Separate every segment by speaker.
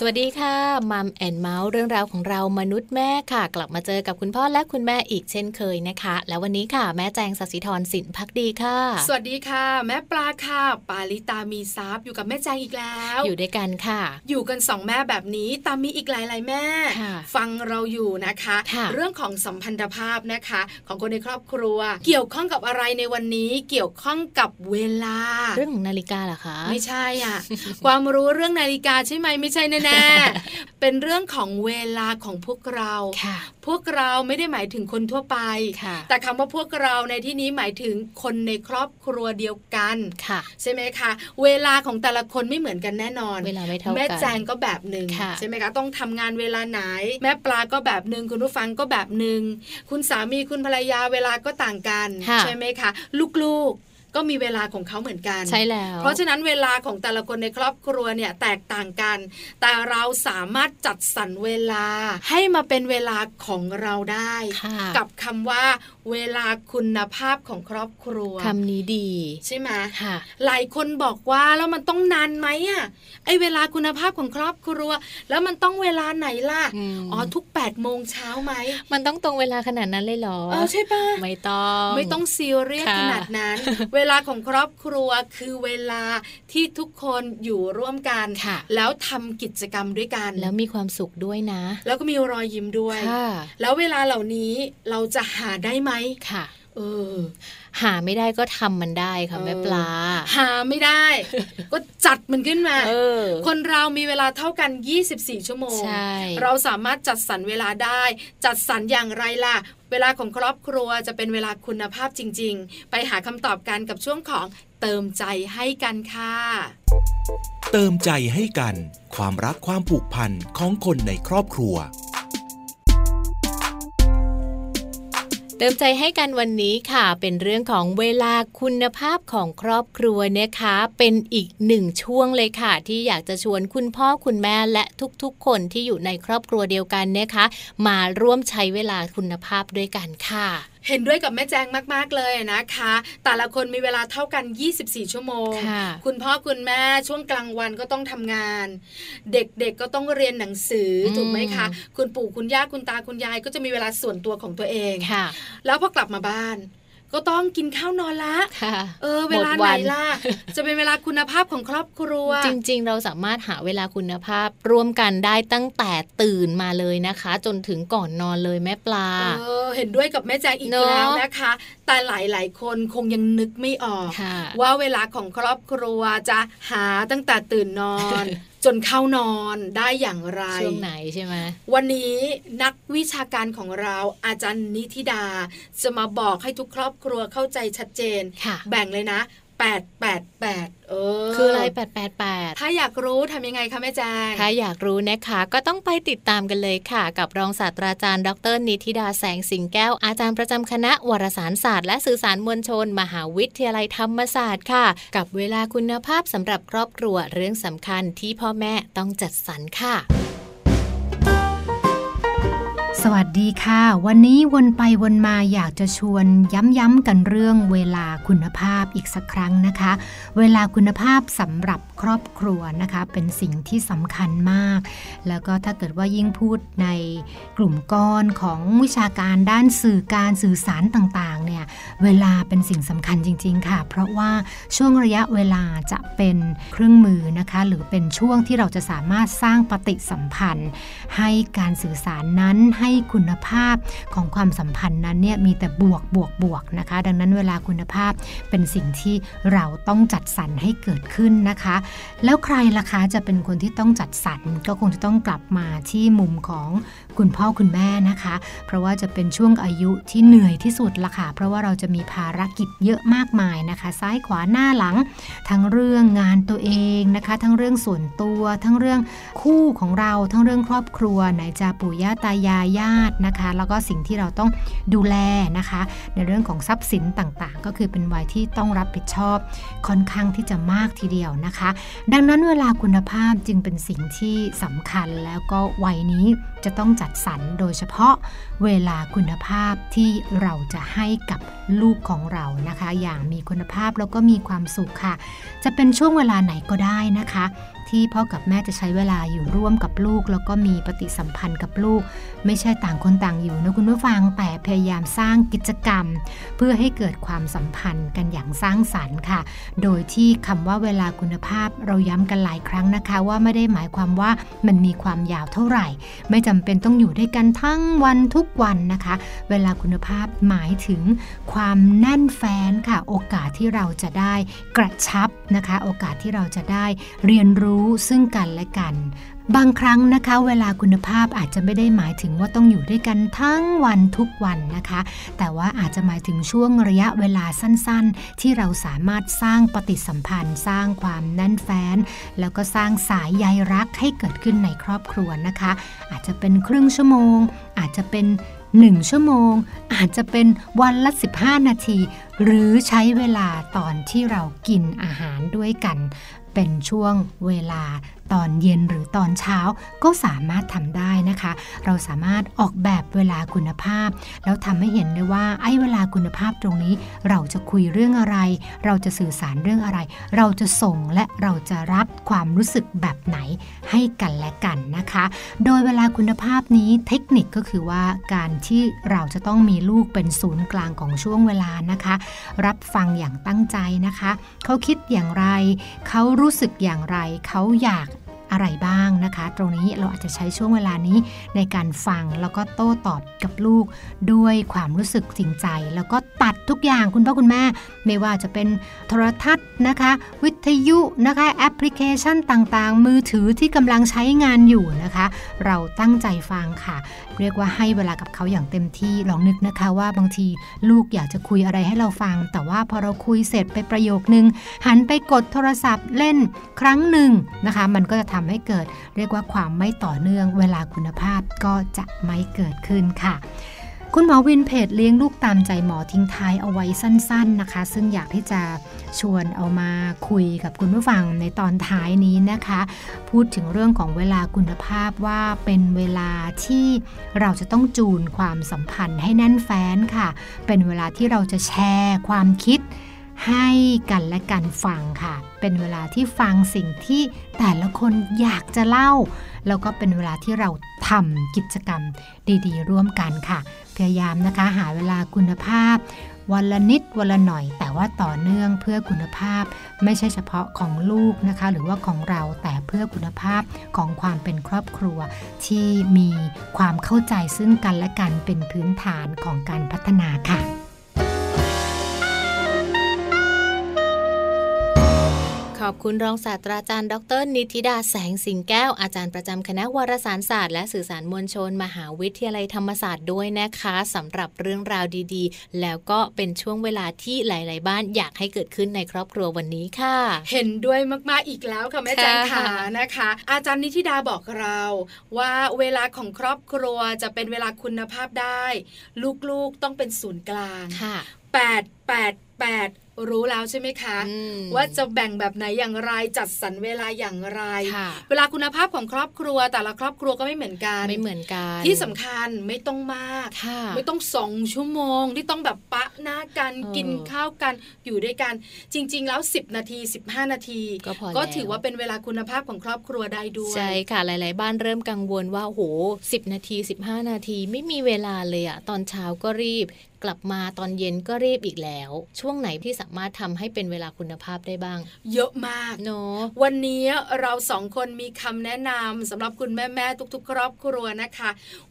Speaker 1: สวัสดีค่ะมัมแอนเมาส์เรื่องราวของเรามนุษย์แม่ค่ะ กลับมาเจอกับคุณพ่อและคุณแม่อีกเช่นเคยนะคะ แล้ววันนี้ค่ะแม่แจงสัตย์สิทธรสินพักดีค่ะ
Speaker 2: สวัสดีค่ะ แม่ปลาค่ะ ปาลิตามีซับอยู่กับแม่แจงอีกแล้ว
Speaker 1: อยู่ด้วยกันค่ะ
Speaker 2: อยู่กันสองแม่แบบนี้ตามมีอีกหลายๆแม่
Speaker 1: ค่ะ
Speaker 2: ฟังเราอยู่นะคะ
Speaker 1: ค่ะ
Speaker 2: เรื่องของสัมพันธภาพนะคะ ของคนในครอบครัว เกี่ยวข้องกับอะไรในวันนี้ เกี่ยวข้องกับเวลา
Speaker 1: เรื่องของนาฬิกาเหรอคะ
Speaker 2: ไม่ใช่อ่ะ ความรู้เรื่องนาฬิกาใช่ไหมไม่ใช่แน่ๆ เป็นเรื่องของเวลาของพวกเรา
Speaker 1: ค่ะ
Speaker 2: พวกเราไม่ได้หมายถึงคนทั่วไป
Speaker 1: ค่ะ
Speaker 2: แต่คำว่าพวกเราในที่นี้หมายถึงคนในครอบครัวเดียวกัน
Speaker 1: ค่ะ
Speaker 2: ใช่ไหมคะ เวลาของแต่ละคนไม่เหมือนกันแน่นอน
Speaker 1: เวลาไม่เท่ากัน
Speaker 2: แม่แจงก็แบบหนึ่ง
Speaker 1: ค่ะ
Speaker 2: ใช่ไหมคะต้องทำงานเวลาไหน แม่ปลาก็แบบหนึ่งคุณผู้ฟังก็แบบหนึ่งคุณสามีคุณภรรยาเวลาก็ต่างกัน ใช่ไหมคะลูกๆก็มีเวลาของเขาเหมือนกัน
Speaker 1: ใช่แล้ว
Speaker 2: เพราะฉะนั้นเวลาของแต่ละคนในครอบครัวเนี่ยแตกต่างกัน แต่เราสามารถจัดสรรเวลาให้มาเป็นเวลาของเราได้
Speaker 1: ค่ะ
Speaker 2: กับคำว่า เวลาคุณภาพของครอบครัว
Speaker 1: คำนี้ดี
Speaker 2: ใช่ไหม
Speaker 1: ค่ะ
Speaker 2: หลายคนบอกว่าแล้วมันต้องนานไหมอะไอเวลาคุณภาพของครอบครัว แล้วมันต้องเวลาไหนล่ะ
Speaker 1: อืม
Speaker 2: อทุก8ปดโมงเช้าไหม
Speaker 1: มันต้องตรงเวลาขนาดนั้นเลยเหรอ
Speaker 2: เออใช่ปะ
Speaker 1: ไม่ต้อง
Speaker 2: ไม่ต้องซีเรียส
Speaker 1: ค่ะ
Speaker 2: ขนาดนั้น เวลาของครอบครัวคือเวลาที่ทุกคนอยู่ร่วมกัน
Speaker 1: ค่ะ
Speaker 2: แล้วทำกิจกรรมด้วยกัน
Speaker 1: แล้วมีความสุขด้วยนะ
Speaker 2: แล้วก็มีรอยยิ้มด้วย
Speaker 1: ค่ะ
Speaker 2: แล้วเวลาเหล่านี้เราจะหาได้ไหม
Speaker 1: ค่ะ
Speaker 2: เออ
Speaker 1: หาไม่ได้ก็ทำมันได้ค่ะ
Speaker 2: เออ
Speaker 1: แม่ปลา
Speaker 2: หาไม่ได้ ก็จัดมันขึ้นมา
Speaker 1: เออ
Speaker 2: คนเรามีเวลาเท่ากัน 24 ชั่วโมง
Speaker 1: ใช่
Speaker 2: เราสามารถจัดสรรเวลาได้ จัดสรรอย่างไรล่ะ เวลาของครอบครัวจะเป็นเวลาคุณภาพจริง ๆ ไปหาคำตอบกันกับช่วงของเติมใจให้กันค่ะ
Speaker 3: เติมใจให้กัน ความรักความผูกพันของคนในครอบครัว
Speaker 1: เติมใจให้กันวันนี้ค่ะ เป็นเรื่องของเวลาคุณภาพของครอบครัวนะคะ เป็นอีกหนึ่งช่วงเลยค่ะ ที่อยากจะชวนคุณพ่อคุณแม่และทุกๆ คนที่อยู่ในครอบครัวเดียวกันนะคะ มาร่วมใช้เวลาคุณภาพด้วยกันค่ะ
Speaker 2: เห็นด้วยกับแม่แจงมาก ๆ เลยนะคะ แต่ละคนมีเวลาเท่ากัน 24 ชั่วโมง
Speaker 1: ค่ะ
Speaker 2: คุณพ่อคุณแม่ช่วงกลางวันก็ต้องทำงาน เด็กๆก็ต้องเรียนหนังสืออ
Speaker 1: ม
Speaker 2: ถูกไหมคะ คุณปู่คุณย่าคุณตาคุณยายก็จะมีเวลาส่วนตัวของตัวเอง
Speaker 1: ค่ะ
Speaker 2: แล้วพอกลับมาบ้าน ก็ต้องกินข้าวนอนละ
Speaker 1: ค่ะ
Speaker 2: เออ เวลา
Speaker 1: หมด
Speaker 2: ไห
Speaker 1: วัน น
Speaker 2: ล่ะ จะเป็นเวลาคุณภาพของครอบครัว
Speaker 1: จริงๆ เราสามารถหาเวลาคุณภาพร่วมกันได้ตั้งแต่ตื่นมาเลยนะคะ จนถึงก่อนนอนเลยแม่ปลา
Speaker 2: เออ เห็นด้วยกับแม่แจงอีก
Speaker 1: เนอะ
Speaker 2: แล้วนะคะ แต่หลายๆ คนคงยังนึกไม่ออก
Speaker 1: ค่ะ
Speaker 2: ว่าเวลาของครอบครัวจะหาตั้งแต่ตื่นนอน จนเข้านอนได้อย่างไร
Speaker 1: ช่วงไหนใช่ไหม
Speaker 2: วันนี้นักวิชาการของเราอาจารย์นิธิดา จะมาบอกให้ทุกครอบครัวเข้าใจชัดเจน
Speaker 1: ค่ะ
Speaker 2: แบ่งเลยนะ 888 เออ
Speaker 1: คืออะไรแปดแปดแปด
Speaker 2: ถ้าอยากรู้ทำยังไงคะแม่แจง
Speaker 1: ถ้าอยากรู้นะคะก็ต้องไปติดตามกันเลยค่ะ กับรองศาสตราจารย์ ดรนิติดาแสงสิงแก้ว อาจารย์ประจำคณะวารสารศาสตร์และสื่อสารมวลชน มหาวิทยาลัยธรรมศาสตร์ค่ะ กับเวลาคุณภาพสำหรับครอบครัวเรื่องสำคัญที่พ่อแม่ต้องจัดสรรค่ะ
Speaker 4: สวัสดีค่ะ วันนี้วนไปวนมาอยากจะชวนย้ำๆกันเรื่องเวลาคุณภาพอีกสักครั้งนะคะ เวลาคุณภาพสำหรับครอบครัวนะคะ เป็นสิ่งที่สำคัญมาก แล้วก็ถ้าเกิดว่ายิ่งพูดในกลุ่มก้อนของวิชาการด้านสื่อการสื่อสารต่างๆเนี่ยเวลาเป็นสิ่งสำคัญจริง ๆ ค่ะ เพราะว่าช่วงระยะเวลาจะเป็นเครื่องมือนะคะ หรือเป็นช่วงที่เราจะสามารถสร้างปฏิสัมพันธ์ ให้การสื่อสารนั้นให้คุณภาพของความสัมพันธ์นั้นเนี่ยมีแต่บวกบวกบวกนะคะ ดังนั้นเวลาคุณภาพเป็นสิ่งที่เราต้องจัดสรรให้เกิดขึ้นนะคะ แล้วใครล่ะคะจะเป็นคนที่ต้องจัดสรรก็คงจะต้องกลับมาที่มุมของคุณพ่อคุณแม่นะคะ เพราะว่าจะเป็นช่วงอายุที่เหนื่อยที่สุดละค่ะ เพราะว่าเราจะมีภารกิจเยอะมากมายนะคะ ซ้ายขวาหน้าหลัง ทั้งเรื่องงานตัวเองนะคะ ทั้งเรื่องส่วนตัว ทั้งเรื่องคู่ของเรา ทั้งเรื่องครอบครัว ไหนจะปู่ย่าตายายญาตินะคะ แล้วก็สิ่งที่เราต้องดูแลนะคะ ในเรื่องของทรัพย์สินต่างๆ ก็คือเป็นวัยที่ต้องรับผิดชอบค่อนข้างที่จะมากทีเดียวนะคะ ดังนั้นเวลาคุณภาพจึงเป็นสิ่งที่สำคัญแล้วก็วัยนี้ จะต้องจัดสรรโดยเฉพาะเวลาคุณภาพที่เราจะให้กับลูกของเรานะคะ อย่างมีคุณภาพแล้วก็มีความสุขค่ะ จะเป็นช่วงเวลาไหนก็ได้นะคะ ที่พ่อกับแม่จะใช้เวลาอยู่ร่วมกับลูก แล้วก็มีปฏิสัมพันธ์กับลูก ไม่ใช่ต่างคนต่างอยู่นะคุณผู้ฟังแต่พยายามสร้างกิจกรรม เพื่อให้เกิดความสัมพันธ์กันอย่างสร้างสรรค์ค่ะ โดยที่คำว่าเวลาคุณภาพเราย้ำกันหลายครั้งนะคะ ว่าไม่ได้หมายความว่ามันมีความยาวเท่าไหร่ ไม่จำเป็นต้องอยู่ด้วยกันทั้งวันทุกวันนะคะ เวลาคุณภาพหมายถึงความแน่นแฟนค่ะ โอกาสที่เราจะได้กระชับนะคะ โอกาสที่เราจะได้เรียนรู้ซึ่งกันและกัน บางครั้งนะคะ เวลาคุณภาพอาจจะไม่ได้หมายถึงว่าต้องอยู่ด้วยกันทั้งวันทุกวันนะคะ แต่ว่าอาจจะหมายถึงช่วงระยะเวลาสั้นๆ ที่เราสามารถสร้างปฏิสัมพันธ์ สร้างความแน่นแฟ้น แล้วก็สร้างสายใยรักให้เกิดขึ้นในครอบครัวนะคะ อาจจะเป็นครึ่งชั่วโมง อาจจะเป็น 1 ชั่วโมง อาจจะเป็นวันละ 15 นาที หรือใช้เวลาตอนที่เรากินอาหารด้วยกัน เป็นช่วงเวลาตอนเย็นหรือตอนเช้าก็สามารถทำได้นะคะ เราสามารถออกแบบเวลาคุณภาพ แล้วทำให้เห็นเลยว่าไอ้เวลาคุณภาพตรงนี้ เราจะคุยเรื่องอะไร เราจะสื่อสารเรื่องอะไร เราจะส่งและเราจะรับความรู้สึกแบบไหนให้กันและกันนะคะ โดยเวลาคุณภาพนี้เทคนิคก็คือว่าการที่เราจะต้องมีลูกเป็นศูนย์กลางของช่วงเวลานะคะ รับฟังอย่างตั้งใจนะคะ เขาคิดอย่างไร เขารู้สึกอย่างไร เขาอยากอะไรบ้างนะคะ ตรงนี้เราอาจจะใช้ช่วงเวลานี้ในการฟังแล้วก็โต้ตอบกับลูก ด้วยความรู้สึกจริงใจ แล้วก็ตัดทุกอย่างคุณพ่อคุณแม่ ไม่ว่าจะเป็นโทรทัศน์นะคะ วิทยุนะคะแอปพลิเคชันต่างๆ มือถือที่กำลังใช้งานอยู่นะคะ เราตั้งใจฟังค่ะ เรียกว่าให้เวลากับเขาอย่างเต็มที่ลองนึกนะคะว่าบางทีลูกอยากจะคุยอะไรให้เราฟัง แต่ว่าพอเราคุยเสร็จไปประโยคนึง หันไปกดโทรศัพท์เล่นครั้งหนึ่งนะคะ มันก็จะทำให้เกิด เรียกว่าความไม่ต่อเนื่องเวลาคุณภาพก็จะไม่เกิดขึ้นค่ะ คุณหมอวินเพจเลี้ยงลูกตามใจหมอทิ้งท้ายเอาไว้สั้น ๆนะคะ ซึ่งอยากที่จะชวนเอามาคุยกับคุณผู้ฟังในตอนท้ายนี้นะคะ พูดถึงเรื่องของเวลาคุณภาพว่าเป็นเวลาที่เราจะต้องจูนความสัมพันธ์ให้แน่นแฟ้นค่ะ เป็นเวลาที่เราจะแชร์ความคิด ให้กันและกันฟังค่ะ เป็นเวลาที่ฟังสิ่งที่แต่ละคนอยากจะเล่า แล้วก็เป็นเวลาที่เราทำกิจกรรมดีๆ ร่วมกันค่ะ พยายามนะคะหาเวลาคุณภาพ วันละนิดวันละหน่อย แต่ว่าต่อเนื่องเพื่อคุณภาพ ไม่ใช่เฉพาะของลูกนะคะ หรือว่าของเราแต่เพื่อคุณภาพของความเป็นครอบครัว ที่มีความเข้าใจซึ่งกันและกันเป็นพื้นฐานของการพัฒนาค่ะ
Speaker 1: ขอบคุณรองศาสตราจารย์ดร นิติดาแสงสิงแก้ว อาจารย์ประจำคณะวารสารศาสตร์และสื่อสารมวลชน มหาวิทยาลัยธรรมศาสตร์ด้วยนะคะสำหรับเรื่องราวดีๆ แล้วก็เป็นช่วงเวลาที่หลายๆ บ้านอยากให้เกิดขึ้นในครอบครัววันนี้ค่ะ
Speaker 2: เห็นด้วยมากๆอีกแล้วค่ะแม่แจงขา
Speaker 1: ค่ะ
Speaker 2: นะคะ อาจารย์นิธิดาบอกเรา ว่าเวลาของครอบครัวจะเป็นเวลาคุณภาพได้ ลูกๆต้องเป็นศูนย์กลาง
Speaker 1: ค่ะ
Speaker 2: 8 8 8 รู้แล้วใช่ไหมคะ
Speaker 1: อืม
Speaker 2: ว่าจะแบ่งแบบไหนอย่างไรจัดสรรเวลาอย่างไร
Speaker 1: ค่ะ
Speaker 2: เวลาคุณภาพของครอบครัว แต่ละครอบครัวก็ไม่เหมือนกัน
Speaker 1: ไม่เหมือนกัน
Speaker 2: ที่สำคัญไม่ต้องมาก
Speaker 1: ค่ะ
Speaker 2: ไม่ต้องสองชั่วโมงที่ต้องแบบปะหน้ากัน
Speaker 1: เออ
Speaker 2: กินข้าวกันอยู่ด้วยกัน จริง ๆ แล้ว 10 นาที 15 นาที
Speaker 1: ก็พอ
Speaker 2: ก็
Speaker 1: แล้ว
Speaker 2: ถือว่าเป็นเวลาคุณภาพของครอบครัวได้ด้วย
Speaker 1: ใช่ค่ะหลาย ๆ บ้านเริ่มกังวลว่าโอ้โห10 นาที 15 นาทีไม่มีเวลาเลยอะตอนเช้าก็รีบ กลับมาตอนเย็นก็รีบอีกแล้ว ช่วงไหนที่สามารถทำให้เป็นเวลาคุณภาพได้บ้าง
Speaker 2: เยอะมาก
Speaker 1: เนาะ
Speaker 2: วันนี้เราสองคนมีคำแนะนำสำหรับคุณแม่ ๆ ทุก ๆ ครอบครัวนะคะ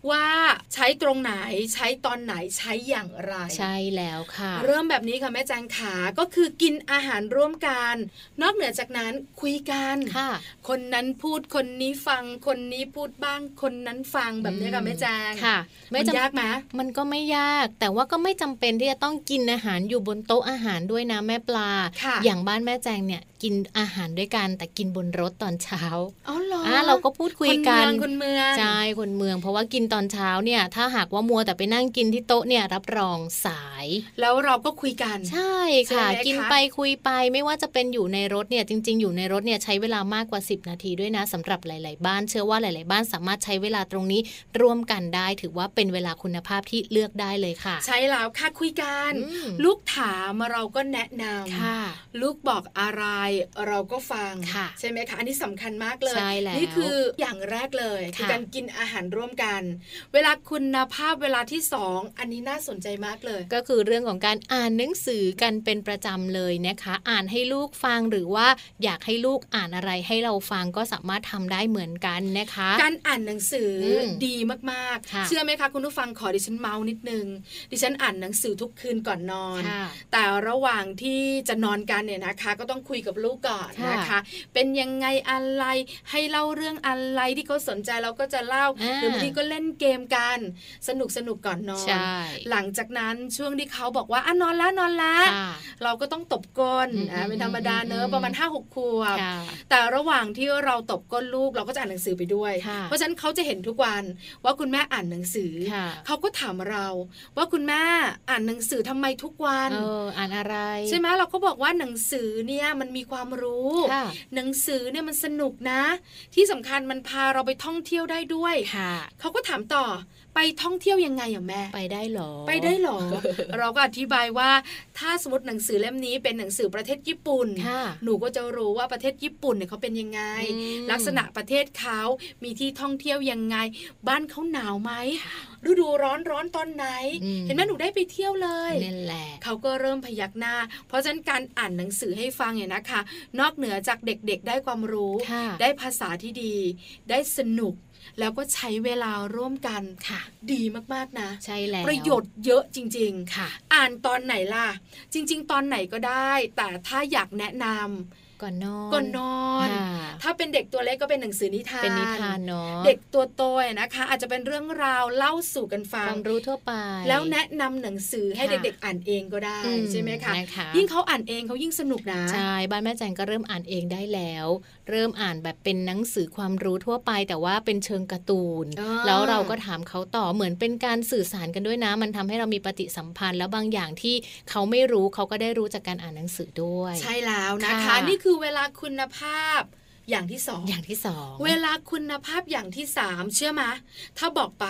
Speaker 2: ว่าใช้ตรงไหนใช้ตอนไหนใช้อย่างไร
Speaker 1: ใช่แล้วค่ะ
Speaker 2: เริ่มแบบนี้ค่ะแม่แจงขา ก็คือกินอาหารร่วมกัน นอกเหนือจากนั้นคุยกัน
Speaker 1: ค่ะ
Speaker 2: คนนั้นพูดคนนี้ฟังคนนี้พูดบ้าง คนนั้นฟังแบบนี้
Speaker 1: อืม
Speaker 2: ค่ะแม่แจง
Speaker 1: ค่ะ
Speaker 2: มัน
Speaker 1: จำ
Speaker 2: ยากไหม
Speaker 1: มันก็ไม่ยาก แต่ว่าก็ ไม่จำเป็นที่จะต้องกินอาหารอยู่บนโต๊ะอาหารด้วยนะแม่ปลา
Speaker 2: ค่ะ
Speaker 1: อย่างบ้านแม่แจงเนี่ยกินอาหารด้วยกันแต่กินบนรถตอนเช้า
Speaker 2: อ๋อเหรอ
Speaker 1: อ่ะเราก็พูดคุยกัน
Speaker 2: คนเมืองคนเมือง
Speaker 1: ใช่คนเมืองเพราะว่ากินตอนเช้าเนี่ยถ้าหากว่ามัวแต่ไปนั่งกินที่โต๊ะเนี่ยรับรองสาย
Speaker 2: แล้วเราก็คุยกัน
Speaker 1: ใช่
Speaker 2: ใช่
Speaker 1: ค่ะ
Speaker 2: ไหมคะ
Speaker 1: กินไปคุยไปไม่ว่าจะเป็นอยู่ในรถเนี่ยจริง ๆ อยู่ในรถเนี่ยใช้เวลามากกว่า 10 นาทีด้วยนะสำหรับหลาย ๆ บ้านเชื่อว่าหลาย ๆ บ้านสามารถใช้เวลาตรงนี้ร่วมกันได้ ถือว่าเป็นเวลาคุณภาพที่เลือกได้เลยค่ะ
Speaker 2: ใช่แล้วค่ะคุยกัน
Speaker 1: อืม
Speaker 2: ลูกถามเราก็แนะนำ
Speaker 1: ค่ะ
Speaker 2: ลูกบอกอะไรเราก็ฟัง
Speaker 1: ค่ะ
Speaker 2: ใช่ไหมคะ อันนี้สำคัญมากเลย
Speaker 1: ใช่แล้ว
Speaker 2: นี่คืออย่างแรกเลย
Speaker 1: ค่ะ
Speaker 2: คือการกินอาหารร่วมกัน เวลาคุณภาพเวลาที่สองอันนี้น่าสนใจมากเลย
Speaker 1: ก็คือเรื่องของการอ่านหนังสือกันเป็นประจำเลยนะคะ อ่านให้ลูกฟังหรือว่าอยากให้ลูกอ่านอะไรให้เราฟังก็สามารถทำได้เหมือนกันนะคะ
Speaker 2: การอ่านหนังสืออ
Speaker 1: ม
Speaker 2: ดีมาก
Speaker 1: ค่ะ
Speaker 2: ๆ เชื่อไหมคะคุณผู้ฟังขอดิฉันเมาส์นิดนึง ดิฉันอ่านหนังสือทุกคืนก่อนนอน
Speaker 1: ค่ะ
Speaker 2: แต่ระหว่างที่จะนอนกันเนี่ยนะคะ ก็ต้องคุยกับลูกก่อน
Speaker 1: ค่ะ
Speaker 2: นะคะ เป็นยังไงอะไรให้เล่าเรื่องอะไรที่เขาสนใจเราก็จะเล่า
Speaker 1: อ่า
Speaker 2: หรือบางทีก็เล่นเกมกันสนุกสนุกก่อนนอน
Speaker 1: ใช่
Speaker 2: หลังจากนั้นช่วงที่เขาบอกว่าอ่ะนอนละนอนละ
Speaker 1: ค่ะ
Speaker 2: เราก็ต้องตบก้น
Speaker 1: อืม
Speaker 2: อ่ะเป็นธรรมดาเนอะ
Speaker 1: อืม
Speaker 2: ประมาณ5้าหกขวบ
Speaker 1: ค่ะ
Speaker 2: แต่ระหว่างที่เราตบก้นลูกเราก็จะอ่านหนังสือไปด้วย
Speaker 1: ค่ะ
Speaker 2: เพราะฉะนั้นเขาจะเห็นทุกวันว่าคุณแม่อ่านหนังสือ
Speaker 1: ค่ะ
Speaker 2: เขาก็ถามเรา ว่าคุณแม่อ่านหนังสือทำไมทุกวัน
Speaker 1: เอออ่านอะไร
Speaker 2: ใช่ไหมเราก็บอกว่าหนังสือเนี่ยมันมีความรู้
Speaker 1: ค่ะ
Speaker 2: หนังสือเนี่ยมันสนุกนะ ที่สำคัญมันพาเราไปท่องเที่ยวได้ด้วย
Speaker 1: ค่ะ
Speaker 2: เขาก็ถามต่อไปท่องเที่ยวยังไงอ่ะแม่
Speaker 1: ไปได้หรอ
Speaker 2: ไปได้เหรอ เราก็อธิบายว่าถ้าสมมติหนังสือเล่มนี้เป็นหนังสือประเทศญี่ปุ่น
Speaker 1: ค่ะ
Speaker 2: หนูก็จะรู้ว่าประเทศญี่ปุ่นเนี่ยเขาเป็นยังไง
Speaker 1: อืม
Speaker 2: ลักษณะประเทศเขามีที่ท่องเที่ยวยังไง บ้านเขาหนาวไหมฤดูร้อนร้อนตอนไหน
Speaker 1: อืม
Speaker 2: เห็นไหมหนูได้ไปเที่ยวเลย
Speaker 1: นั่นแหละ
Speaker 2: เขาก็เริ่มพยักหน้า เพราะฉะนั้นการอ่านหนังสือให้ฟังเนี่ยนะคะ นอกเหนือจากเด็กๆ ได้ความรู้
Speaker 1: ค่ะ
Speaker 2: ได้ภาษาที่ดี ได้สนุก แล้วก็ใช้เวลาร่วมกัน
Speaker 1: ค่ะ
Speaker 2: ดีมากๆนะ
Speaker 1: ใช่แล้ว
Speaker 2: ประโยชน์เยอะจริง ๆ
Speaker 1: ค่ะ
Speaker 2: อ่านตอนไหนล่ะ จริง ๆ ตอนไหนก็ได้ แต่ถ้าอยากแนะนำ
Speaker 1: ก่อนนอน
Speaker 2: ก็นอน
Speaker 1: ค่ะ
Speaker 2: ถ้าเป็นเด็กตัวเล็กก็เป็นหนังสือนิทาน
Speaker 1: เป็นนิทานเนาะ
Speaker 2: เด็กตัวโตอะนะคะ อาจจะเป็นเรื่องราวเล่าสู่กัน
Speaker 1: ค
Speaker 2: ฟัง
Speaker 1: วามรู้ทั่วไป
Speaker 2: แล้วแนะนำหนังสือให้
Speaker 1: ค่ะ
Speaker 2: เด็ก ๆ อ่านเองก็ได้
Speaker 1: อื
Speaker 2: ใช่ไหมคะ
Speaker 1: นะคะ
Speaker 2: ยิ่งเขาอ่านเองเขายิ่งสนุกนะ
Speaker 1: ใช่บ้านแม่แจงก็เริ่มอ่านเองได้แล้ว เริ่มอ่านแบบเป็นหนังสือความรู้ทั่วไป แต่ว่าเป็นเชิงการ์ตูน
Speaker 2: อ่า
Speaker 1: แล้วเราก็ถามเขาต่อเหมือนเป็นการสื่อสารกันด้วยนะ มันทำให้เรามีปฏิสัมพันธ์ แล้วบางอย่างที่เขาไม่รู้เขาก็ได้รู้จากการอ่านหนังสือด้วย
Speaker 2: ใช่แล้วนะคะ
Speaker 1: ค่ะ
Speaker 2: นี่คือเวลาคุณภาพอย่างที่สอง
Speaker 1: อย่างที่สอง
Speaker 2: เวลาคุณภาพอย่างที่ 3 เชื่อมะ ถ้าบอกไป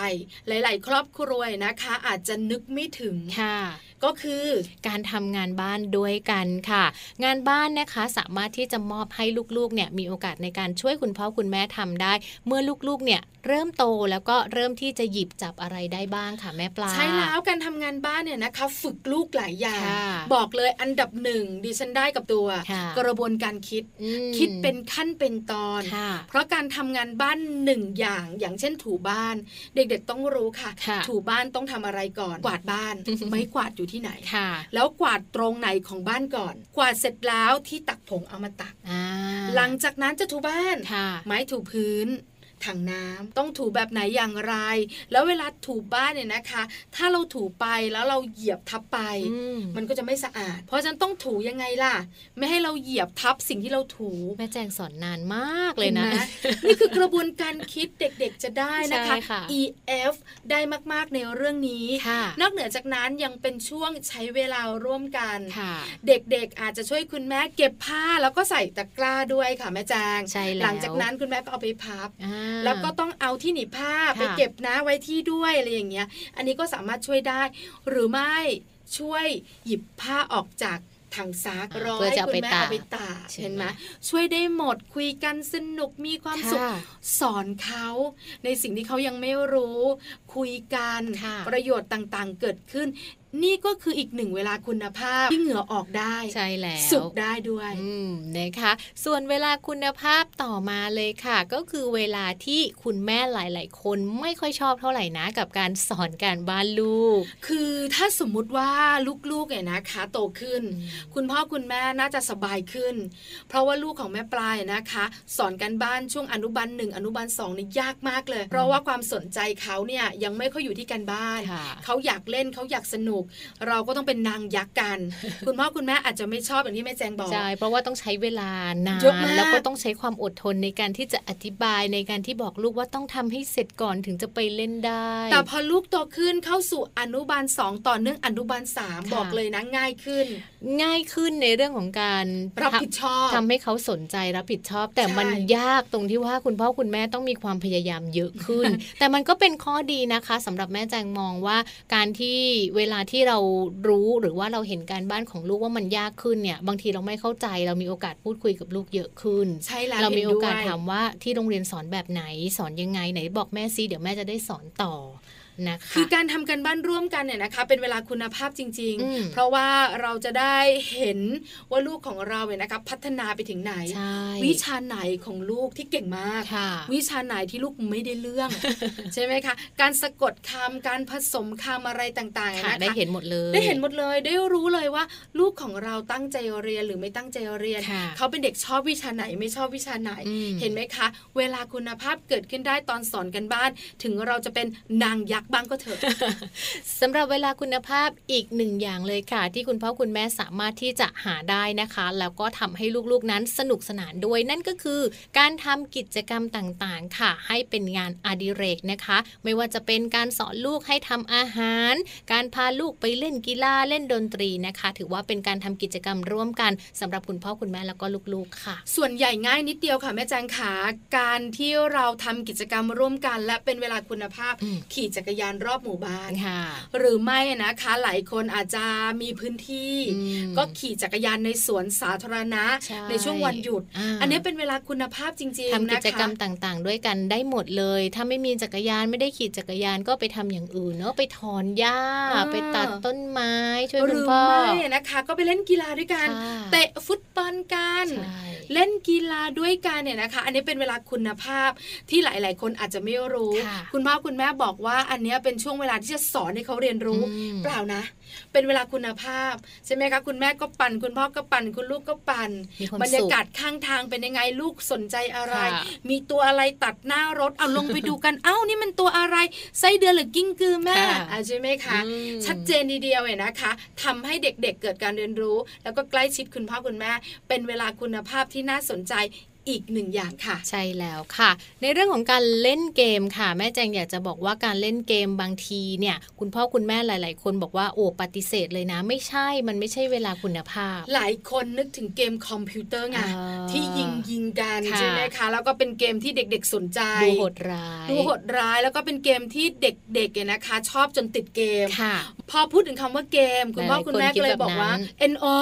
Speaker 2: หลาย ๆ ครอบครัวนะคะ อาจจะนึกไม่ถึง
Speaker 1: ค่ะ
Speaker 2: ก็คือ
Speaker 1: การทำงานบ้านด้วยกันค่ะ งานบ้านนะคะสามารถที่จะมอบให้ลูกๆเนี่ยมีโอกาสในการช่วยคุณพ่อคุณแม่ทำได้ เมื่อลูกๆเนี่ยเริ่มโตแล้วก็เริ่มที่จะหยิบจับอะไรได้บ้างค่ะแม่ปลา
Speaker 2: ใช้แล้วการทำงานบ้านเนี่ยนะคะ ฝึกลูกหลายอย่าง
Speaker 1: ค่ะ
Speaker 2: บอกเลยอันดับหนึ่งดิฉันได้กับตัว
Speaker 1: ค่ะ
Speaker 2: กระบวนการคิด
Speaker 1: อืม
Speaker 2: คิดเป็นขั้นเป็นตอน
Speaker 1: ค่ะ
Speaker 2: เพราะการทำงานบ้านหนึ่งอย่าง อย่างเช่นถูบ้าน เด็กๆต้องรู้ค่ะ
Speaker 1: ค่ะ
Speaker 2: ถูบ้านต้องทำอะไรก่อน กวาด บ้าน ไม้กวาดอยู่ที่ไหน
Speaker 1: ค่ะ
Speaker 2: แล้วกวาดตรงไหนของบ้านก่อน กวาดเสร็จแล้วที่ตักผงเอามาตัก
Speaker 1: อ่า
Speaker 2: หลังจากนั้นจะถูบ้าน
Speaker 1: ค่ะ
Speaker 2: ไม้ถูพื้น ถังน้ำต้องถูแบบไหนอย่างไร แล้วเวลาถูบ้านเนี่ยนะคะ ถ้าเราถูไปแล้วเราเหยียบทับไป
Speaker 1: อืม
Speaker 2: มันก็จะไม่สะอาด เพราะฉะนั้นต้องถูยังไงล่ะ ไม่ให้เราเหยียบทับสิ่งที่เราถู
Speaker 1: แม่แจงสอนนานมากเลยนะ
Speaker 2: ห็ไหมนี่คือกระบวนการคิดเด็กๆจะได้นะคะ
Speaker 1: ใช่ค่ะ
Speaker 2: EF ได้มากๆในเรื่องนี้
Speaker 1: ค่ะ
Speaker 2: นอกเหนือจากนั้นยังเป็นช่วงใช้เวลาร่วมกัน
Speaker 1: ค่ะ
Speaker 2: เด็กๆ อาจจะช่วยคุณแม่เก็บผ้าแล้วก็ใส่ตะกร้าด้วยค่ะแม่แจง
Speaker 1: ใช่แล้ว
Speaker 2: หลังจากนั้นคุณแม่ก็เอาไปพับ
Speaker 1: อ่า
Speaker 2: แล้วก็ต้องเอาที่หนีบผ้าไป
Speaker 1: ค่ะ
Speaker 2: เก็บนะไว้ที่ด้วยอะไรอย่างเงี้ย อันนี้ก็สามารถช่วยได้ หรือไม่ช่วยหยิบผ้าออกจากถังซักรอ
Speaker 1: เพื่อ
Speaker 2: ให้
Speaker 1: จะเอา
Speaker 2: คุณ
Speaker 1: ไป
Speaker 2: แม่
Speaker 1: ตา
Speaker 2: เอา
Speaker 1: ก
Speaker 2: ไปตาก
Speaker 1: ใช่ไหม
Speaker 2: เห็นไหมช่วยได้หมดคุยกันสนุกมีความสุข
Speaker 1: ค่ะ
Speaker 2: สอนเขาในสิ่งที่เขายังไม่รู้ คุยกัน
Speaker 1: ค่ะ
Speaker 2: ประโยชน์ต่างๆเกิดขึ้น นี่ก็คืออีกหนึ่งเวลาคุณภาพที่เหงื่อออกได้
Speaker 1: ใช่แล้ว
Speaker 2: สุขได้ด้วย
Speaker 1: อืมนะคะ ส่วนเวลาคุณภาพต่อมาเลยค่ะ ก็คือเวลาที่คุณแม่หลาย ๆ คนไม่ค่อยชอบเท่าไหร่นะ กับการสอนการบ้านลูก
Speaker 2: คือถ้าสมมุติว่าลูกๆเนี่ยนะคะโตขึ้น คุณพ่อคุณแม่น่าจะสบายขึ้น เพราะว่าลูกของแม่ปลายนะคะ สอนกันบ้านช่วงอนุบาลหนึ่งอนุบาลสองนี่ยากมากเลย เพราะว่าความสนใจเขาเนี่ยยังไม่ค่อยอยู่ที่การบ้าน
Speaker 1: ค่ะ
Speaker 2: เขาอยากเล่นเขาอยากสนุก ก เราก็ต้องเป็นนางยักษ์กัน คุณพ่อคุณแม่อาจจะไม่ชอบอย่างที่แม่แจงบอก
Speaker 1: ใช่เพราะว่าต้องใช้เวลานาน
Speaker 2: เยอะมาก
Speaker 1: แล้วก็ต้องใช้ความอดทนในการที่จะอธิบายในการที่บอกลูกว่าต้องทำให้เสร็จก่อนถึงจะไปเล่นได้
Speaker 2: แต่พอลูกโตขึ้นเข้าสู่อนุบาลสองต่อเนื่องอนุบาลสาม
Speaker 1: ค่ะ
Speaker 2: บอกเลยนะง่ายขึ้น
Speaker 1: ง่ายขึ้นในเรื่องของการ
Speaker 2: รับผิดชอบ
Speaker 1: ทำให้เขาสนใจรับผิดชอบ แต่
Speaker 2: ใช่
Speaker 1: มันยากตรงที่ว่าคุณพ่อคุณแม่ต้องมีความพยายามเยอะ ขึ้น แต่มันก็เป็นข้อดีนะคะสำหรับแม่แจงมองว่า การที่เวลาที่เรารู้หรือว่าเราเห็นการบ้านของลูกว่ามันยากขึ้นเนี่ยบางทีเราไม่เข้าใจ เรามีโอกาสพูดคุยกับลูกเยอะขึ้น
Speaker 2: ใช่แล้ว
Speaker 1: เรามีโอกาส
Speaker 2: เห็นด้วย
Speaker 1: ถามว่าที่โรงเรียนสอนแบบไหน สอนยังไงไหนบอกแม่ซิเดี๋ยวแม่จะได้สอนต่อนะ
Speaker 2: คื
Speaker 1: คะ
Speaker 2: อการทำกันบ้านร่วมกันเนี่ยนะคะ เป็นเวลาคุณภาพจริง
Speaker 1: อืม
Speaker 2: ๆ เพราะว่าเราจะได้เห็นว่าลูกของเราเนี่ยนะคะพัฒนาไปถึงไหน
Speaker 1: ใช่
Speaker 2: วิชาไหนของลูกที่เก่งมาก
Speaker 1: ค่ะ
Speaker 2: วิชาไหนที่ลูกไม่ได้เรื่อง ใช่ไหมคะ การสะกดคำการผสมคำอะไรต่างๆ
Speaker 1: ค่ะ
Speaker 2: นะคะ
Speaker 1: ได้เห็นหมดเลย
Speaker 2: ได้เห็นหมดเลยได้รู้เลยว่า ลูกของเราตั้งใจเรียนหรือไม่ตั้งใจเรียน
Speaker 1: ค่ะ
Speaker 2: เขาเป็นเด็กชอบวิชาไหนไม่ชอบวิชาไหน
Speaker 1: อืม
Speaker 2: เห็นไหมคะ เวลาคุณภาพเกิดขึ้นได้ตอนสอนกันบ้าน ถึงเราจะเป็นนางยักษ์บ้างก็เถ อะ
Speaker 1: สำหรับเวลาคุณภาพอีกหนึ่งอย่างเลยค่ะ ที่คุณพ่อคุณแม่สามารถที่จะหาได้นะคะ แล้วก็ทำให้ลูกๆนั้นสนุกสนานด้วย นั่นก็คือการทำกิจกรรมต่างๆ ค่ะ ให้เป็นงานอดิเรกนะคะ ไม่ว่าจะเป็นการสอนลูกให้ทำอาหาร การพาลูกไปเล่นกีฬาเล่นดนตรีนะคะ ถือว่าเป็นการทำกิจกรรมร่วมกันสำหรับคุณพ่อคุณแม่แล้วก็ลูกๆค่ะ
Speaker 2: ส่วนใหญ่ง่ายนิดเดียวค่ะแม่แจงขาการที่เราทำกิจกรรมร่วมกัน และเป็นเวลาคุณภาพ
Speaker 1: อืม
Speaker 2: ขี่จักรยานรอบหมู่บ้าน
Speaker 1: ค่ะ
Speaker 2: หรือไม่นะคะหลายคนอาจจะมีพื้นที่
Speaker 1: อืม
Speaker 2: ก็ขี่จักรยานในสวนสาธารณะ
Speaker 1: ใช่
Speaker 2: ช่วงวันหยุด
Speaker 1: า
Speaker 2: อันนี้เป็นเวลาคุณภาพจริงๆ
Speaker 1: ทำกิ
Speaker 2: นะคะ
Speaker 1: จกรรมต่างๆ ด้วยกันได้หมดเลย ถ้าไม่มีจักรยานไม่ได้ขี่จักรยานก็ไปทำอย่างอื่นเนาะไปถอนหญ้า
Speaker 2: อ่า
Speaker 1: ไปตัดต้นไม้ช่วย
Speaker 2: ห
Speaker 1: คุ
Speaker 2: รื
Speaker 1: ณ
Speaker 2: อ
Speaker 1: พ่อ
Speaker 2: ไม่นะคะ ก็ไปเล่นกีฬาด้วยกัน
Speaker 1: ค่ะ
Speaker 2: เตะฟุตบอลกัน
Speaker 1: ใช่
Speaker 2: เล่นกีฬาด้วยกันเนี่ยนะคะ อันนี้เป็นเวลาคุณภาพที่หลาย ๆ คนอาจจะไม่รู้
Speaker 1: ค่ะ
Speaker 2: คุณพ่อคุณแม่บอกว่าอันเนี้ยเป็นช่วงเวลาที่จะสอนให้เขาเรียนรู้
Speaker 1: อืม
Speaker 2: เปล่านะ เป็นเวลาคุณภาพใช่ไหมคะคุณแม่ก็ปั่น คุณพ่อก็ปั่น คุณลูกก็ปั่น
Speaker 1: มีความ
Speaker 2: บรรยา
Speaker 1: สุข
Speaker 2: กาศข้างทางเป็นยังไงลูกสนใจอะไร
Speaker 1: ค่ะ
Speaker 2: มีตัวอะไรตัดหน้ารถเอาลงไปดูกัน เอ้านี่มันตัวอะไรไส้เดือนหรือกิ้งกือแม่
Speaker 1: ค่ะ
Speaker 2: อ่ะใช่ไหมคะ
Speaker 1: อืม
Speaker 2: ชัดเจนทีเดียวเนี่ยนะคะทำให้เด็กๆเกิดการเรียนรู้ แล้วก็ใกล้ชิดคุณพ่อคุณแม่ เป็นเวลาคุณภาพที่น่าสนใจอีกหนึ่งอย่างค่ะ
Speaker 1: ใช่แล้วค่ะ ในเรื่องของการเล่นเกมค่ะ แม่แจงอยากจะบอกว่าการเล่นเกมบางทีเนี่ย คุณพ่อคุณแม่หลาย ๆ คนบอกว่าโอ้ปฏิเสธเลยนะ ไม่ใช่มันไม่ใช่เวลาคุณภาพ
Speaker 2: หลายคนนึกถึงเกมคอมพิวเตอร์ไง
Speaker 1: อ่า
Speaker 2: ที่ยิงยิงๆกัน
Speaker 1: ค่ะ
Speaker 2: ใช่ไหมคะแล้วก็เป็นเกมที่เด็ก ๆ สนใจ
Speaker 1: ดูโหดร้าย
Speaker 2: ดูโหดร้ายแล้วก็เป็นเกมที่เด็กๆเนี่ยนะคะ ชอบจนติดเกม
Speaker 1: ค่ะ
Speaker 2: พอพูดถึงคำว่าเกม คุณพ่อ
Speaker 1: หลายๆ
Speaker 2: คุณแม่
Speaker 1: คนคิด
Speaker 2: ก็เลยบอกว่า
Speaker 1: แบบนั้
Speaker 2: no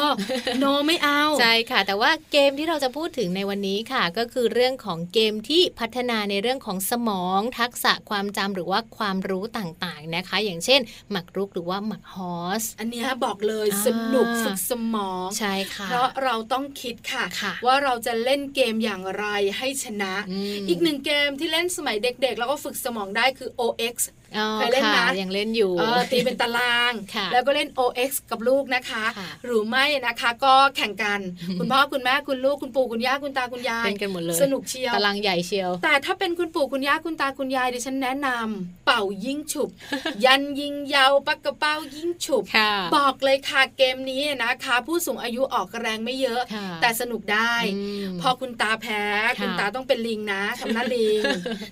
Speaker 2: no ไม่เอา
Speaker 1: ใช่ค่ะ แต่ว่าเกมที่เราจะพูดถึงในวันนี้ค่ะ ก็คือเรื่องของเกมที่พัฒนาในเรื่องของสมอง ทักษะความจำหรือว่าความรู้ต่างๆนะคะ อย่างเช่น หมักรุกหรือว่าหมักฮอส
Speaker 2: อันเนี้ยบอกเลย
Speaker 1: อ่า
Speaker 2: สนุกฝึกสมอง
Speaker 1: ใช่ค่ะ
Speaker 2: เพราะเราต้องคิดค่ะ
Speaker 1: ค่ะ
Speaker 2: ว่าเราจะเล่นเกมอย่างไรให้ชนะ
Speaker 1: ม
Speaker 2: อีกหนึ่งเกมที่เล่นสมัยเด็กๆ แล้วก็ฝึกสมองได้คือ OX
Speaker 1: อ๋อ
Speaker 2: เคยเล่น
Speaker 1: ค่ะ
Speaker 2: นะ
Speaker 1: ยังเล่นอยู่
Speaker 2: เออตีเป็นตาราง
Speaker 1: ค่ะ
Speaker 2: แล้วก็เล่น OX กับลูกนะคะ
Speaker 1: ค่ะ
Speaker 2: หรือไม่นะคะก็แข่งกัน
Speaker 1: อืม
Speaker 2: คุณพ่อคุณแม่คุณลูกคุณปู่คุณย่าคุณตาคุณยาย
Speaker 1: เล่นกันหมดเลย
Speaker 2: สนุกเชียว
Speaker 1: ตารางใหญ่เชียว
Speaker 2: แต่ถ้าเป็นคุณปู่คุณย่าคุณตาคุณยายดิฉันแนะนำเป่ายิงฉุบ ยันยิงยาวปักกระเป้ายิงฉุบ
Speaker 1: ค่ะ
Speaker 2: บอกเลยค่ะเกมนี้นะคะ ผู้สูงอายุออกแรงไม่เยอะ
Speaker 1: ค่ะ
Speaker 2: แต่สนุกได้
Speaker 1: อืม
Speaker 2: พอคุณตาแพ้
Speaker 1: ค่ะ
Speaker 2: คุณตาต้องเป็นลิงนะทำหน้าลิ ง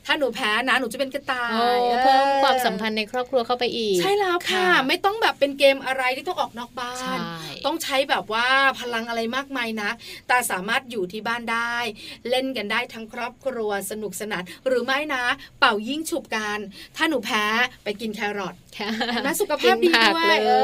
Speaker 2: ถ้าหนูแพ้นะหนูจะเป็นกระต่าย
Speaker 1: โอ้
Speaker 2: ออ
Speaker 1: เพิ่มความสัมพันธ์ในครอบครัวเข้าไปอีก
Speaker 2: ใช่แล้วค่ะ ไม่ต้องแบบเป็นเกมอะไรที่ต้องออกนอกบ้า
Speaker 1: ใช่
Speaker 2: น ต้องใช้แบบว่าพลังอะไรมากมายนะแต่สามารถอยู่ที่บ้านได้ เล่นกันได้ทั้งครอบครัวสนุกสนานหรือไม่นะ เป่ายิ่งฉุบกัน ถ้าหนูแพ้ไปกินแครอ ท เห็นะสุขภาพดีด้วยเออ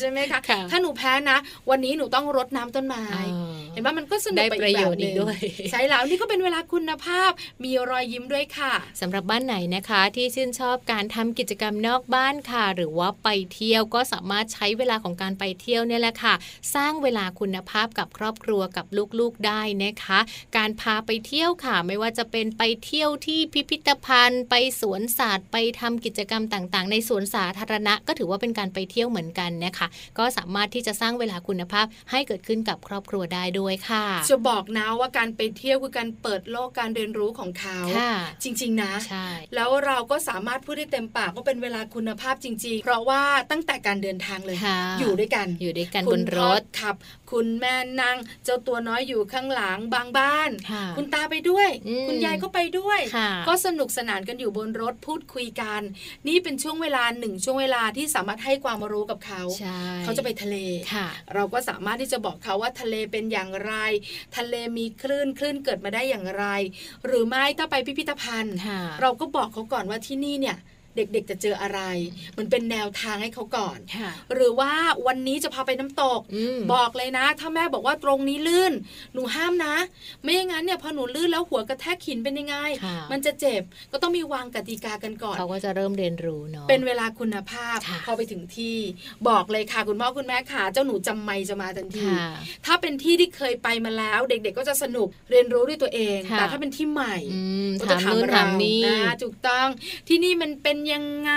Speaker 2: ใช่ไหมคะ
Speaker 1: ค่ะ
Speaker 2: ถ้าหนูแพ้นะ วันนี้หนูต้องรดน้ำต้นไม้
Speaker 1: เออ
Speaker 2: เห็นว่ามันก็สนุก
Speaker 1: ได้
Speaker 2: ไป
Speaker 1: ป
Speaker 2: อี
Speaker 1: ระ
Speaker 2: ก
Speaker 1: โย
Speaker 2: แบ
Speaker 1: ช
Speaker 2: บ
Speaker 1: น์
Speaker 2: ห
Speaker 1: อี
Speaker 2: นึ่
Speaker 1: ก
Speaker 2: ง
Speaker 1: ด้วย
Speaker 2: ใช่แล้วนี่ก็เป็นเวลาคุณภาพมีรอยยิ้มด้วยค่ะ
Speaker 1: สำหรับบ้านไหนนะคะที่ชื่นชอบการทำกิจกรรมนอกบ้านค่ะ หรือว่าไปเที่ยวก็สามารถใช้เวลาของการไปเที่ยวเนี่ยแหละค่ะ สร้างเวลาคุณภาพกับครอบครัวกับลูกๆได้นะคะ การพาไปเที่ยวค่ะ ไม่ว่าจะเป็นไปเที่ยวที่พิพิธภัณฑ์ ไปสวนสัตว์ไปทำกิจกรรมต่างๆ ในสวนสา ธารณะก็ถือว่าเป็นการไปเที่ยวเหมือนกันนะคะ ก็สามารถที่จะสร้างเวลาคุณภาพให้เกิดขึ้นกับครอบครัวได้ด้วยค่ะ
Speaker 2: จะบอกนะว่าการไปเที่ยวคือการเปิดโลกการเรียนรู้ของเขา
Speaker 1: ค่ะ
Speaker 2: จริง ๆ นะ
Speaker 1: ใช่
Speaker 2: แล้วเราก็สามารถพูดได้เต็มปากว่าเป็นเวลาคุณภาพจริง ๆ เพราะว่าตั้งแต่การเดินทางเลย
Speaker 1: ค่ะ
Speaker 2: อยู่ด้วยกัน
Speaker 1: อยู่ด้วยกันบ
Speaker 2: คุ
Speaker 1: น
Speaker 2: ณ
Speaker 1: ร
Speaker 2: พ่อ
Speaker 1: ถ
Speaker 2: ขับ คุณแม่นั่ง เจ้าตัวน้อยอยู่ข้างหลังบางบ้าน
Speaker 1: ค่ะ
Speaker 2: คุณตาไปด้วย
Speaker 1: อืม
Speaker 2: คุณยายก็ไปด้วย
Speaker 1: ค่ะ
Speaker 2: ก็สนุกสนานกันอยู่บนรถพูดคุยกัน นี่เป็นช่วงเวลาหนึ่งช่วงเวลาที่สามารถให้ความรู้กับเขา
Speaker 1: ใช่
Speaker 2: เขาจะไปทะเล
Speaker 1: ค่ะ
Speaker 2: เราก็สามารถที่จะบอกเขาว่าทะเลเป็นอย่างไร ทะเลมีคลื่นคลื่นเกิดมาได้อย่างไร หรือไม่ถ้าไปพิพิธภัณฑ์
Speaker 1: ค่ะ
Speaker 2: เราก็บอกเขาก่อนว่าที่นี่เนี่ย เด็กๆจะเจออะไร มันเป็นแนวทางให้เขาก่อน
Speaker 1: ค่ะ
Speaker 2: หรือว่าวันนี้จะพาไปน้ำตก
Speaker 1: อืม
Speaker 2: บอกเลยนะ ถ้าแม่บอกว่าตรงนี้ลื่น หนูห้ามนะ ไม่อย่างนั้นเนี่ยพอหนูลื่นแล้วหัวกระแทกหินเป็นยังไง
Speaker 1: ค่ะ
Speaker 2: มันจะเจ็บก็ต้องมีวางกติกากันก่อน
Speaker 1: เขาก็จะเริ่มเรียนรู้เนาะ
Speaker 2: เป็นเวลาคุณภาพ
Speaker 1: ค่ะ
Speaker 2: พอไปถึงที่ บอกเลยค่ะ คุณพ่อคุณแม่ค่ะ เจ้าหนูจำไม่จะมาทันที
Speaker 1: ค่ะ
Speaker 2: ถ้าเป็นที่ที่เคยไปมาแล้ว เด็กๆก็จะสนุกเรียนรู้ด้วยตัวเอง
Speaker 1: ค่ะ
Speaker 2: แต่ถ้าเป็นที่ใหม่
Speaker 1: อืม
Speaker 2: ก็
Speaker 1: ถา
Speaker 2: จะ
Speaker 1: มนู่นถามนี่
Speaker 2: อ่าถูกต้อง ที่นี่มันเป็นยังไง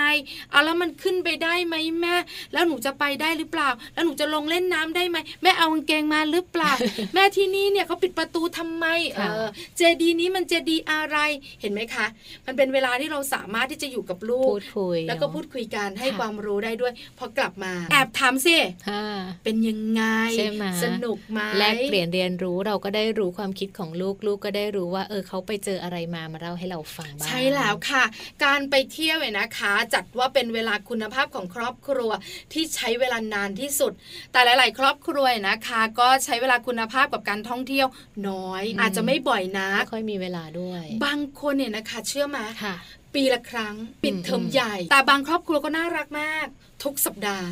Speaker 2: เอาแล้วมันขึ้นไปได้ไหมแม่ แล้วหนูจะไปได้หรือเปล่า แล้วหนูจะลงเล่นน้ำได้ไหมแม่เอากางเกงมาหรือ เปล่า แม่ที่นี่เนี่ยเขาปิดประตูทำไมเออเจดีย์นี้มันเจดีย์อะไรเห็นไหมคะ มันเป็นเวลาที่เราสามารถที่จะอยู่กับลู
Speaker 1: พู
Speaker 2: ก
Speaker 1: ดคุย
Speaker 2: แล้วก็
Speaker 1: เนอะ
Speaker 2: พูดคุยกันให้
Speaker 1: ค่ะ
Speaker 2: ความรู้ได้ด้วย พอกลับมา แอบถามสิ
Speaker 1: ค่ะ
Speaker 2: เป็นยังไง
Speaker 1: ใช่ไหม
Speaker 2: สนุกไหม
Speaker 1: แลกเปลี่ยนเรียนรู้เราก็ได้รู้ความคิดของลูกลูกก็ได้รู้ว่า เออเขาไปเจออะไรมามาเล่าให้เราฟังบ้าง
Speaker 2: ใช่แล้วค่ะ การไปเที่ยวเนี่ยนะคะ จัดว่าเป็นเวลาคุณภาพของครอบครัวที่ใช้เวลานานที่สุด แต่หลาย ๆ ครอบครัวเนี่ยนะคะ ก็ใช้เวลาคุณภาพกับการท่องเที่ยวน้อย
Speaker 1: อืม
Speaker 2: อาจจะไม่บ่อยนัก
Speaker 1: ไม่ค่อยมีเวลาด้วย
Speaker 2: บางคนเนี่ยนะคะ เชื่อไหมา
Speaker 1: ค่ะ
Speaker 2: ปีละครั้ง ปิดเทอม
Speaker 1: อืม
Speaker 2: ใหญ่ แต่บางครอบครัวก็น่ารักมาก ทุกสัป ดาห์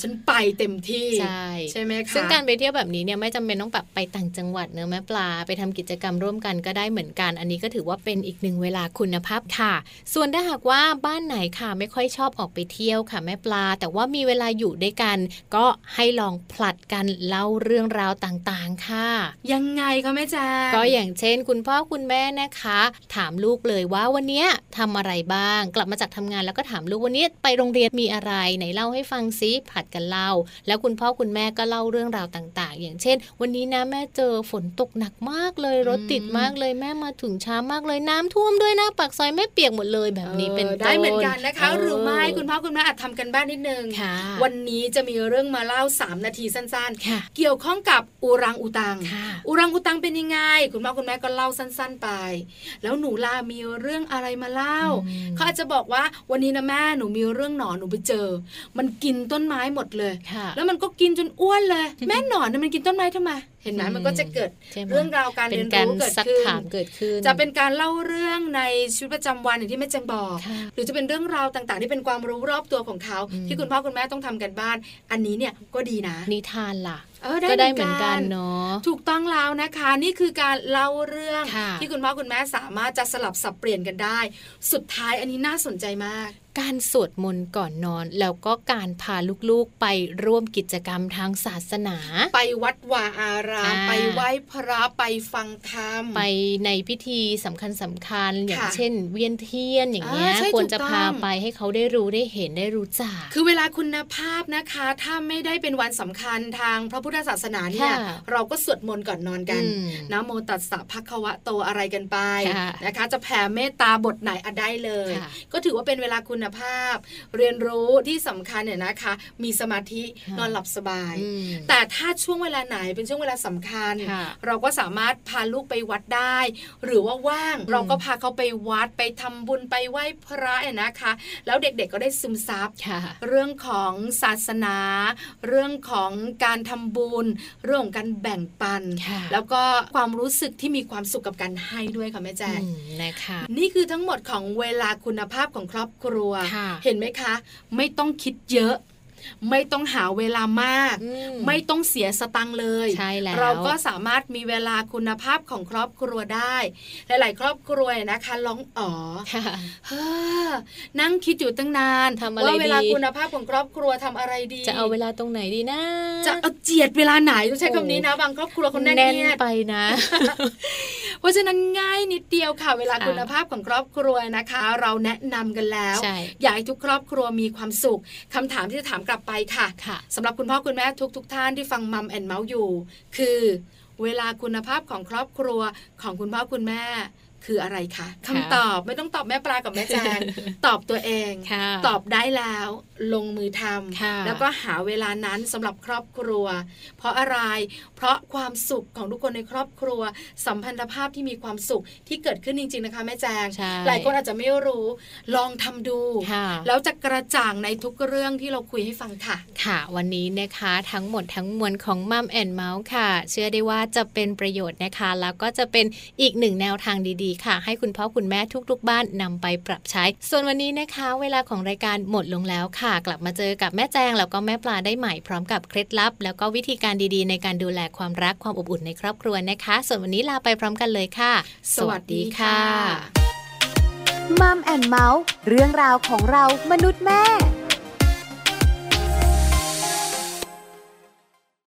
Speaker 2: ฉันไปเต็มที่
Speaker 1: ใช่
Speaker 2: ใช่ไหมคะ
Speaker 1: ซึ่งการไปเที่ยวแบบนี้เนี่ยไม่จำเป็นต้องแบบไปต่างจังหวัดเนื้อะแม่ปลาไปทำกิจกรรมร่วมกันก็ได้เหมือนกัน อันนี้ก็ถือว่าเป็นอีกหนึ่งเวลาคุณภาพค่ะ ส่วนถ้าหากว่าบ้านไหนค่ะไม่ค่อยชอบออกไปเที่ยวค่ะแม่ปลา แต่ว่ามีเวลาอยู่ด้วยกัน ก็ให้ลองผลัดกันเล่าเรื่องราวต่างๆ ค่ะ
Speaker 2: ยังไงคะแม่แจ้ง
Speaker 1: ก็อย่างเช่น คุณพ่อคุณแม่นะคะ ถามลูกเลยว่าวันเนี้ยทำอะไรบ้าง กลับมาจากทำงานแล้วก็ถามลูกวันนี้ไปโรงเรียนมีอะไรไหนเล่าให้ฟังซิผัดกันเล่า แล้วคุณพ่อคุณแม่ก็เล่าเรื่องราวต่าง ๆ อย่างเช่น วันนี้นะแม่เจอฝนตกหนักมากเลยรถติดมากเลยแม่มาถึงช้ามากเลยน้ำท่วมด้วยนะปากซอยแม่เปียกหมดเลยแบบนี้เป็นต้น
Speaker 2: ได้เหมือนกันนะคะ
Speaker 1: เห
Speaker 2: รือไม่คุณพ่อคุณแม่อาจทำกันบ้านนิดนึง
Speaker 1: ค่ะ
Speaker 2: วันนี้จะมีเรื่องมาเล่า 3 นาทีสั้น
Speaker 1: ค่ะ
Speaker 2: ๆ เกี่ยวข้องกับอูรังอุตัง
Speaker 1: ค่ะ
Speaker 2: อูรังอุตังเป็นยังไง คุณพ่อคุณแม่ก็เล่าสั้น ๆไป แล้วหนูล่ามีเรื่องอะไรมาเล่า
Speaker 1: อืม
Speaker 2: เขาอาจจะบอกว่าวันนี้นะแม่หนูมีเรื่องหนอนหนูไปเจอ มันกินต้นไม้หมดเลย
Speaker 1: ค่ะ
Speaker 2: แล้วมันก็กินจนอ้วนเลย แม่หนอนน่ะมันกินต้นไม้ทำไมเห็นไหม
Speaker 1: อืม
Speaker 2: มันก็จะเกิด
Speaker 1: ใช่ไหม
Speaker 2: เรื่องราวการ
Speaker 1: เป็
Speaker 2: เรีย
Speaker 1: น
Speaker 2: น
Speaker 1: การ
Speaker 2: รู้เกิด
Speaker 1: ซัก
Speaker 2: ขึ้น
Speaker 1: ถามเกิดขึ้น
Speaker 2: จะเป็นการเล่าเรื่องในชีวิตประจำวันอย่างที่แม่แจงบอก
Speaker 1: ค่ะ
Speaker 2: หรือจะเป็นเรื่องราวต่างๆ ที่เป็นความรู้รอบตัวของเขา
Speaker 1: อืม
Speaker 2: ที่คุณพ่อคุณแม่ต้องทำกันบ้าน อันนี้เนี่ยก็ดีนะ
Speaker 1: นิทานล่ะ
Speaker 2: เออ
Speaker 1: ก็ได้เหมือนกันเนาะ
Speaker 2: ถูกต้องแล้วนะคะ นี่คือการเล่าเรื่อง
Speaker 1: ค่ะ
Speaker 2: ที่คุณพ่อคุณแม่สามารถจะสลับสับเปลี่ยนกันได้ สุดท้ายอันนี้น่าสนใจมาก
Speaker 1: การสวดมนต์ก่อนนอน แล้วก็การพาลูกๆไปร่วมกิจกรรมทางศาสนา
Speaker 2: ไปวัดวาอาราม
Speaker 1: อ่า
Speaker 2: ไปไหว้พระไปฟังธรรม
Speaker 1: ไปในพิธีสำคัญสคัญๆอย่าง
Speaker 2: ค่ะ
Speaker 1: เช่น เวียนเทียนอย่างเงี้ย
Speaker 2: อ่าใช่
Speaker 1: ควรจะ
Speaker 2: ถูกต้อง
Speaker 1: พาไปให้เขาได้รู้ได้เห็นได้รู้จัก
Speaker 2: คือเวลาคุณภาพนะคะ ถ้าไม่ได้เป็นวันสำคัญทางพระพุทธศาสนาเนี่ย
Speaker 1: ค่ะ
Speaker 2: เราก็สวดมนต์ก่อนนอนกัน
Speaker 1: อืม
Speaker 2: นะโมตัสสะภะคะวะโตอะไรกันไป
Speaker 1: ค่ะ
Speaker 2: นะคะ จะแผ่เมตตาบทไหนอะได้เลย
Speaker 1: ค่ะ
Speaker 2: ก็ถือว่าเป็นเวลาคุณภาพ เรียนรู้ที่สำคัญเนี่ยนะคะ มีสมาธินอนหลับสบาย
Speaker 1: อืม
Speaker 2: แต่ถ้าช่วงเวลาไหนเป็นช่วงเวลาสำคัญ
Speaker 1: ค่ะ
Speaker 2: เราก็สามารถพาลูกไปวัดได้ หรือว่าว่างเราก็พาเขาไปวัดไปทำบุญไปไหว้พระเนี่ยนะคะ แล้วเด็กๆก็ได้ซึมซับ
Speaker 1: ค่ะ
Speaker 2: เรื่องของศาสนา เรื่องของการทำบุญ เรื่องของการแบ่งปัน
Speaker 1: ค่ะ
Speaker 2: แล้วก็ความรู้สึกที่มีความสุขกับการให้ด้วยค่ะแม่แจง
Speaker 1: อืมนะคะ
Speaker 2: นี่คือทั้งหมดของเวลาคุณภาพของครอบครัว
Speaker 1: ค่ะ
Speaker 2: เห็นไหมคะ ไม่ต้องคิดเยอะ ไม่ต้องหาเวลามาก
Speaker 1: อื
Speaker 2: ไม่ต้องเสียสตังค์เลย
Speaker 1: ใช่แล้ว
Speaker 2: เราก็สามารถมีเวลาคุณภาพของครอบครัวได้ หลาย ๆ ครอบครัวนะคะร้องอ๋อ
Speaker 1: ค่ะ
Speaker 2: เฮ้อนั่งคิดอยู่ตั้งนาน
Speaker 1: ทำอะไร
Speaker 2: ว่าเวลา
Speaker 1: ดี
Speaker 2: คุณภาพของครอบครัวทำอะไรดี
Speaker 1: จะเอาเวลาตรงไหนดีนะ
Speaker 2: จะเอาเจียดเวลาไหนต้องใช้
Speaker 1: โอ้
Speaker 2: คำนี้นะ บางครอบครัวคนแน่น
Speaker 1: แน่น
Speaker 2: เอียด
Speaker 1: ไปนะ
Speaker 2: เพราะฉะนั้นง่ายนิดเดียวค่ะ เวลา
Speaker 1: ค่ะ
Speaker 2: คุณภาพของครอบครัวนะคะ เราแนะนำกันแล้ว
Speaker 1: ใช่
Speaker 2: อยากให้ทุกครอบครัวมีความสุขคำถามที่จะถามกลับไปค่ะ
Speaker 1: ค่ะ
Speaker 2: สำหรับคุณพ่อคุณแม่ทุก ๆ ท่านที่ฟังมัมแอนเมาส์อยู่ คือเวลาคุณภาพของครอบครัวของคุณพ่อคุณแม่ คืออะไรคะคำ
Speaker 1: ค่ะ
Speaker 2: ตอบไม่ต้องตอบแม่ปลากับแม่แจ งตอบตัวเอง
Speaker 1: ค่ะ
Speaker 2: ตอบได้แล้วลงมือท
Speaker 1: ค่ะ
Speaker 2: ำแล้วก็หาเวลานั้นสำหรับครอบครัว เพราะอะไร เพราะความสุขของทุกคนในครอบครัว สัมพันธภาพที่มีความสุขที่เกิดขึ้นจริง ๆนะคะ แม่แจง
Speaker 1: ใช่
Speaker 2: หลายคนอาจจะไม่รู้ ลองทำดู
Speaker 1: ค่ะ
Speaker 2: แล้วจะกระจ่างในทุกเรื่องที่เราคุยให้ฟังค่ะ
Speaker 1: ค่ะวันนี้นะคะทั้งหมดทั้งมวลของมัมแอนเมาส์ค่ะ เชื่อได้ว่าจะเป็นประโยชน์นะคะ แล้วก็จะเป็นอีกหนึ่งแนวทางดีๆ ค่ะ ให้คุณพ่อคุณแม่ทุก ๆ บ้านนำไปปรับใช้ ส่วนวันนี้นะคะ เวลาของรายการหมดลงแล้วค่ะ กลับมาเจอกับแม่แจงแล้วก็แม่ปลาได้ใหม่พร้อมกับเคล็ดลับ แล้วก็วิธีการดีๆ ในการดูแลความรักความอบอุ่นในครอบครัวนะคะ ส่วนวันนี้ลาไปพร้อมกันเลยค่ะ
Speaker 2: สวัสดีค่ะ
Speaker 5: มัมแอนเมาส์เรื่องราวของเรามนุษย์แม่